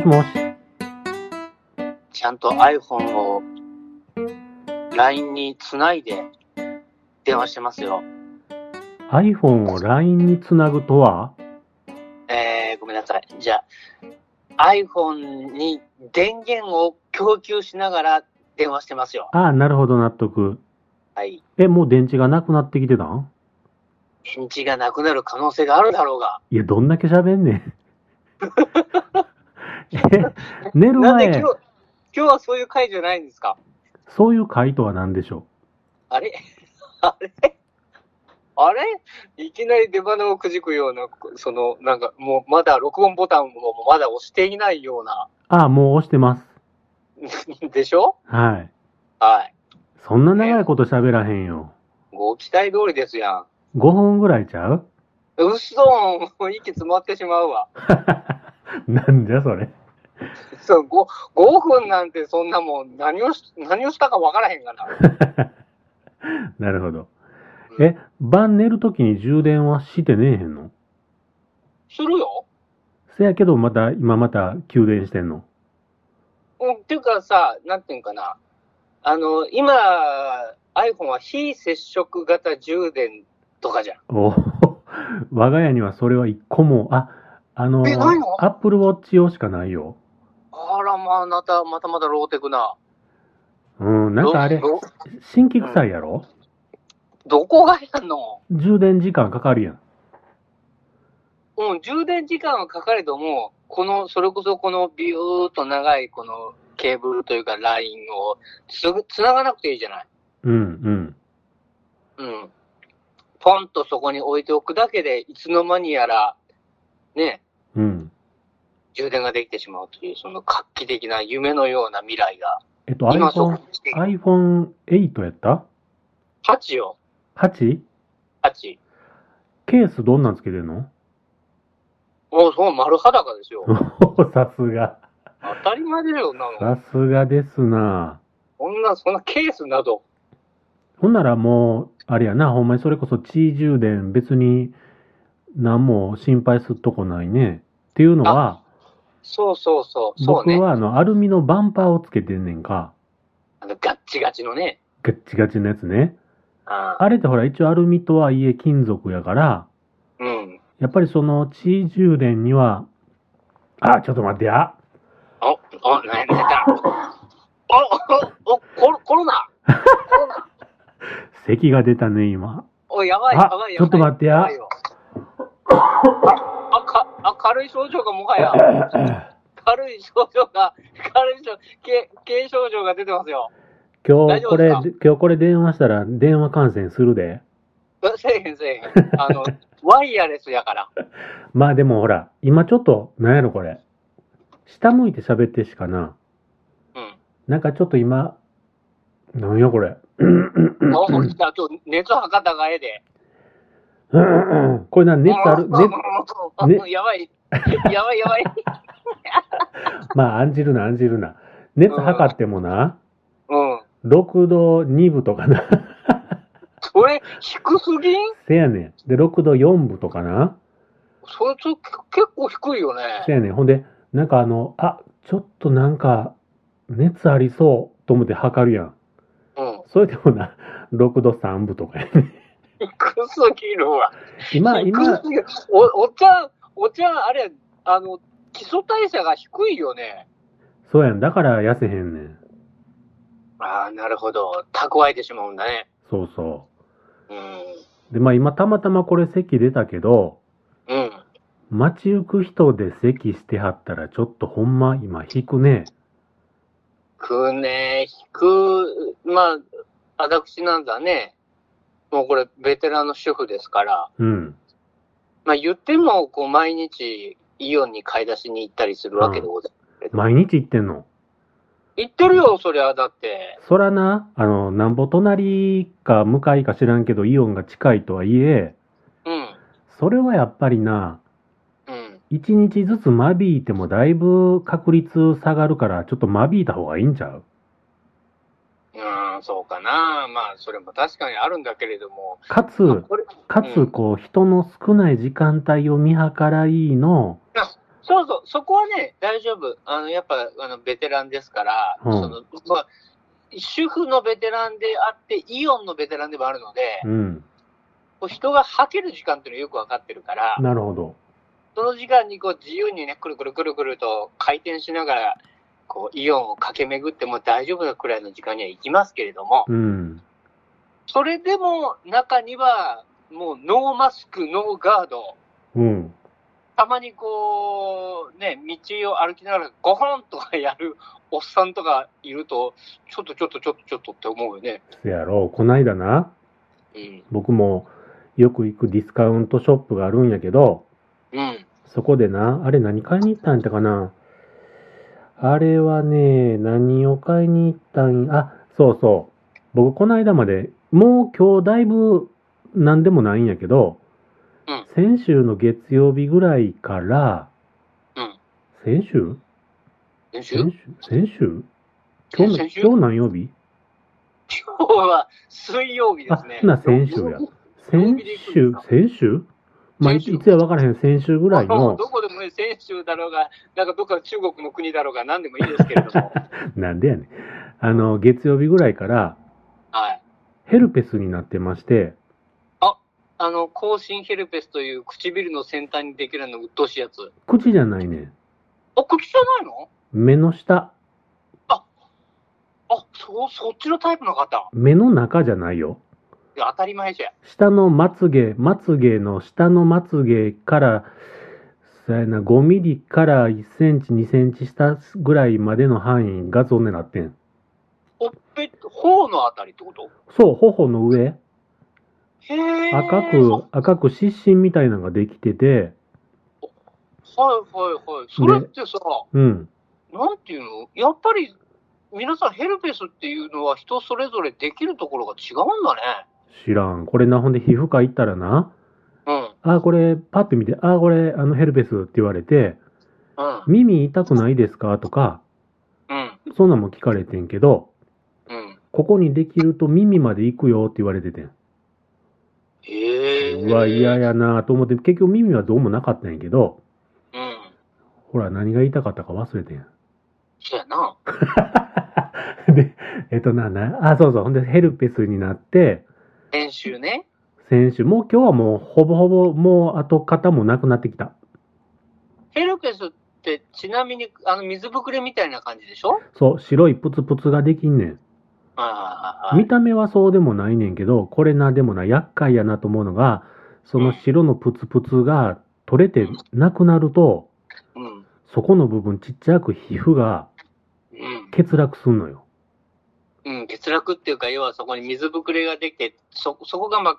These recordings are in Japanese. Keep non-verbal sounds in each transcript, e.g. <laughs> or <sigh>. しもし。ちゃんと iPhone を LINE につないで電話してますよ。 iPhone を LINE につなぐとはえー、ごめんなさい。じゃあ、iPhone に電源を供給しながら電話してますよ。ああ、なるほど、納得。はい。え、もう電池がなくなってきてたん返事がなくなる可能性があるだろうが。いや、どんだけ喋んねん。 <laughs> え、寝るなんで今前、、日今日はそういう回じゃないんですかそういう回とは何でしょあれ <laughs> あれあれいきなり出花をくじくような、その、なんか、もうまだ録音ボタンもまだ押していないような、うああ、もう押してます。でしょはい。はい。そんな長いこと喋らへんよ。ご期待通りですやん。 5分ぐらいちゃう <laughs> うっそーん、息詰まってしまうわ。なんじゃそれ。そう、5、5分なんてそんなもん、何をし、何をしたかわからへんがな。なるほど。うんえ、晩寝るときに充電はしてねえへんのするよ。せやけど、また、今また、給電してんの。うん、っていうかさ、なんていうんかな。あの、今、iPhone は非接触型充電とかじゃん。お <laughs> お、我が家にはそれは一個も、あ、あの、えないのアップルウォッチ用しかないよ。あら、まあ、また、またまたローテクな。うん、なんかあれ、ど、新規臭いやろどこがやんの充電時間かかるやん。うん、充電時間はかかれども、この、それこそこのビューっと長いこのケーブルというかラインをつぐ、つながなくていいじゃないうん、うん。ポンとそこに置いておくだけで、いつの間にやら、ね、うん、うん。充電ができてしまうという、その画期的な夢のような未来が、えっと、今そこ iPhone、に来ている。 iPhone8 やった8よ、 ?8? 8。ケースどんなんつけてんの <laughs> もう、そう、丸裸ですよお。ーさすが。当たり前だよ、なの。さすがですな。こんな、そんなケースなど、ほんならもう、あれやな、ほんまにそれこそ地充電、別に何も心配すっとこないね。っていうのは、そうそうそう、そう僕ね。はあの、アルミのバンパーをつけてんねんか。あのガッチガチのね。ガッチガチのやつね。あーあれってほら、一応アルミとはいえ金属やから、うん。やっぱりその地充電には、あ、ちょっと待ってや。お、お、なや出た。お、お、お、コロコロナ。コロナ。咳が出たね、今。お、やばい、やあばい、、やばい。ちょっと待ってやばい。よあか軽い症状がもはや、 <laughs> 軽い症状が、軽い症軽、軽症状が出てますよ。今大日丈こ夫れ、です今か日これ電話したら電話感染するで。せえへんせえへ <laughs> ん。あの、ワイヤレスやから。まあでもほら、今ちょっと、なんやろこれ。下向いて喋ってしかな。うん。なんかちょっと今、なんやこれ。お今日熱測ったがええで。これな、熱ある、熱、熱やばい。やばいやばい。まあ案じるな、案じるな。熱測ってもな、うん。 6度2分とかな。それ、低すぎんせやねん。で、6度4分とかな。それちょ、結構低いよねせ。やねん。ほんで、なんかあの、あ、ちょっとなんか、熱ありそうと思って測るやん。うん。それでもな、6度3分とかやねん。低すぎるわ。今、今低、すぎるお、お茶、お茶、あれ、あの、基礎代謝が低いよね。そうやん。だから痩せへんねん。ああ、なるほど。蓄えてしまうんだね。そうそうん。う。で、まあ今たまたまこれ席出たけど、うん。街行く人で席してはったらちょっとほんま今引くね。くね、引く、まあ、私なんだね。もうこれ、ベテランの主婦ですから。うん。まあ、言っても、こう、毎日、イオンに買い出しに行ったりするわけでございますけど。毎日行ってんの。行ってるよ、そりゃ、だって。そらな、あの、なんぼ隣か向かいか知らんけどイオンが近いとはいえ、うん。それはやっぱりな、うん。一日ずつ間引いてもだいぶ確率下がるから、ちょっと間引いた方がいいんちゃううーん、そうかな。まあ、それも確かにあるんだけれども。かつ、まあこれかつ、こう、人の少ない時間帯を見計らいの、そうそう、そこはね、大丈夫。あの、やっぱ、あの、ベテランですから、うんその、まあ、主婦のベテランであって、イオンのベテランでもあるので、うん。こう人がはける時間っていうのよくわかってるから、なるほど。その時間にこう自由にね、くるくるくるくると回転しながら、こう、イオンを駆け巡っても大丈夫なくらいの時間には行きますけれども、うん。それでも中には、もうノーマスク、ノーガード、うん。たまにこう、ね、道を歩きながらゴホンとかやるおっさんとかいると、ちょっとちょっとちょっとちょっとって思うよね。せやろう。こないだな、うん。僕もよく行くディスカウントショップがあるんやけど、うん。そこでな、あれ何買いに行ったんやったかなあれはね、何を買いに行ったんや、あ、そうそう。僕この間まで、もう今日だいぶ何でもないんやけど、うん先週の月曜日ぐらいから、うん先週先週今先週先週今日の先週今日何曜日日は水曜日であ、すね。ほな先週や。曜先日で行くん週ですか先週まあ、い先週いつや分からへん、先週ぐらいもうの、 <laughs> <laughs> どこでもね、先週だろうが、なんかどっか中国の国だろうが、何でもいいですけ <laughs> れども。なんでやねん。あの、月曜日ぐらいから、はい。ヘルペスになってまして、あの、口唇ヘルペスという唇の先端にできるの鬱陶しいやつ。口じゃないねん。あ、口じゃないの目の下。あ、そう、そっちのタイプの方。目の中じゃないよ。いや当たり前じゃん。下のまつげ、まつげの下のまつげから、さやな、5ミリから1センチ、2センチ下ぐらいまでの範囲がゾネなってん。ほっぺ、頬のあたりってことそう、頬の上、へえ。赤はく、赤く湿疹みたいなのができてて、いはいはい。それってさ、うん。なんていうのやっぱり、皆さんヘルペスっていうのは人それぞれできるところが違うんだね。知らん。これな、ほんで皮膚科行ったらな、うん。あ、これ、パッて見て、あ、これ、あの、ヘルペスって言われて、うん。耳痛くないですかとか、うん。そんなんも聞かれてんけど、うん。ここにできると耳まで行くよって言われててん。へえ。うわ、嫌やなと思って、結局耳はどうもなかったんやけど、うん。ほら、何が言いたかったか忘れてん。そうやな。 <laughs> で、えっとな、な、あ、そうそう、ほんでヘルペスになって、練習ね。先週、もう今日はもう、ほぼほぼ、もう跡形もなくなってきた。ヘルペスって、ちなみに、あの、水ぶくれみたいな感じでしょそう、白いプツプツができんねん。ああ、見た目はそうでもないねんけど、これな、でもな、厄介やなと思うのが、その白のプツプツが取れてなくなると、うん。そこの部分ちっちゃく皮膚がうん。欠落すんのよ。うん。欠落っていうか、要はそこに水ぶくれができて、そ、そこがまあ、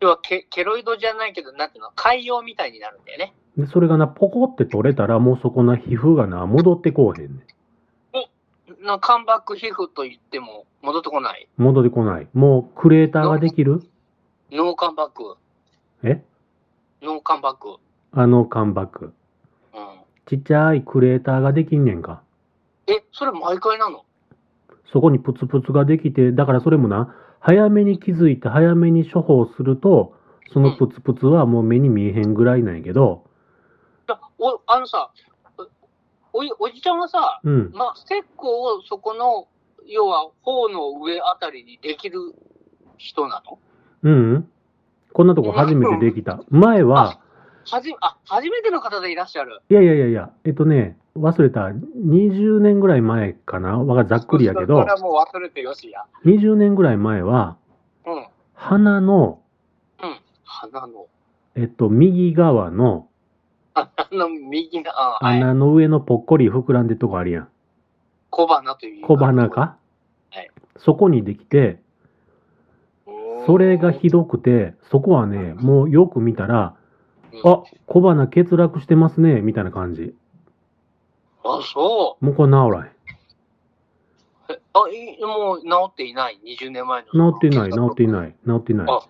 要はケケロイドじゃないけど、なんていうの、海洋みたいになるんだよね。で、それがな、ポコって取れたら、もうそこな皮膚がな、戻ってこうへんねん。なカンバック皮膚と言っても戻ってこない。戻ってこない。もうクレーターができるノーカンバック。えノーカンバック。あの缶バッグ。うん。ちっちゃいクレーターができんねんか。え、それ毎回なのそこにプツプツができて、だからそれもな、早めに気づいて早めに処方すると、そのプツプツはもう目に見えへんぐらいなんやけど、だお、あのさ、おおいおじちゃんはさ、うん、まあ、結構そこの、要は頬の上あたりにできる人なのうん、うん。こんなとこ初めてできた。前は、はじ、あ、初めての方でいらっしゃる。いやいやいやいや、えっとね、忘れた、20年ぐらい前かなわがざっくりやけそどれ、はもう忘れてよしや。 20年ぐらい前は、うん。鼻の、うん。鼻の、えっと、右側の鼻の右な、あ、はい、穴の上のぽっこり膨らんでるとこあるやん。小鼻というか小鼻。かはいそこにできて、うんそれがひどくて、そこはね、もうよく見たら、うんあ、小鼻欠落してますね、みたいな感じ。あ、そもうこれ治らへん。う。えあ、いもう治っていない。20年前の。治ってない、治っていい。ない、治ってないあ。あ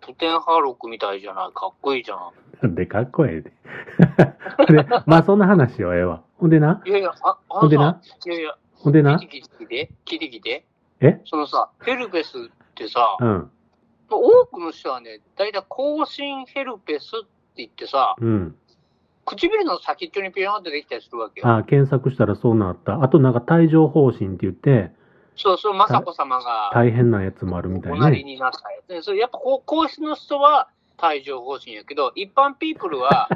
プテンハーロックみたいじゃない。かっこいいじゃん。なんで、かっこええで。で、 <laughs> まあそんな話はええわ。ほんでな、いやいや、あ、あほんでさな、いやいや、ほんでな聞、いて聞いて、聞いて聞いて。えそのさ、ヘルペスってさ、うん、多くの人はね、だいたい口唇ヘルペスって言ってさ、うん、唇の先っちょにピヨーンってできたりするわけよ。あ、検索したらそうなった。あとなんか帯状疱疹って言って、そうそう、雅子様が大変なやつもあるみたおいなりね。になったやつでそれやっぱこう皇室の人は帯状疱疹やけど、一般ピープル <laughs> は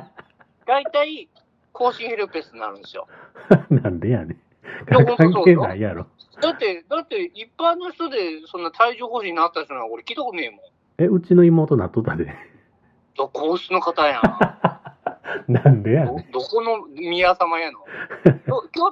大体口唇ヘルペスになるんですよ。 <laughs> なんでやねん。やほんとそうよ関係ないやろ。だって、だって一般の人でそんな帯状疱疹になった人なんか俺聞いたことねえもえ、ん。うちの妹なっとったで。 <laughs> ど皇室の方やん。なんでやねん。 <laughs> どどこの宮様やのど京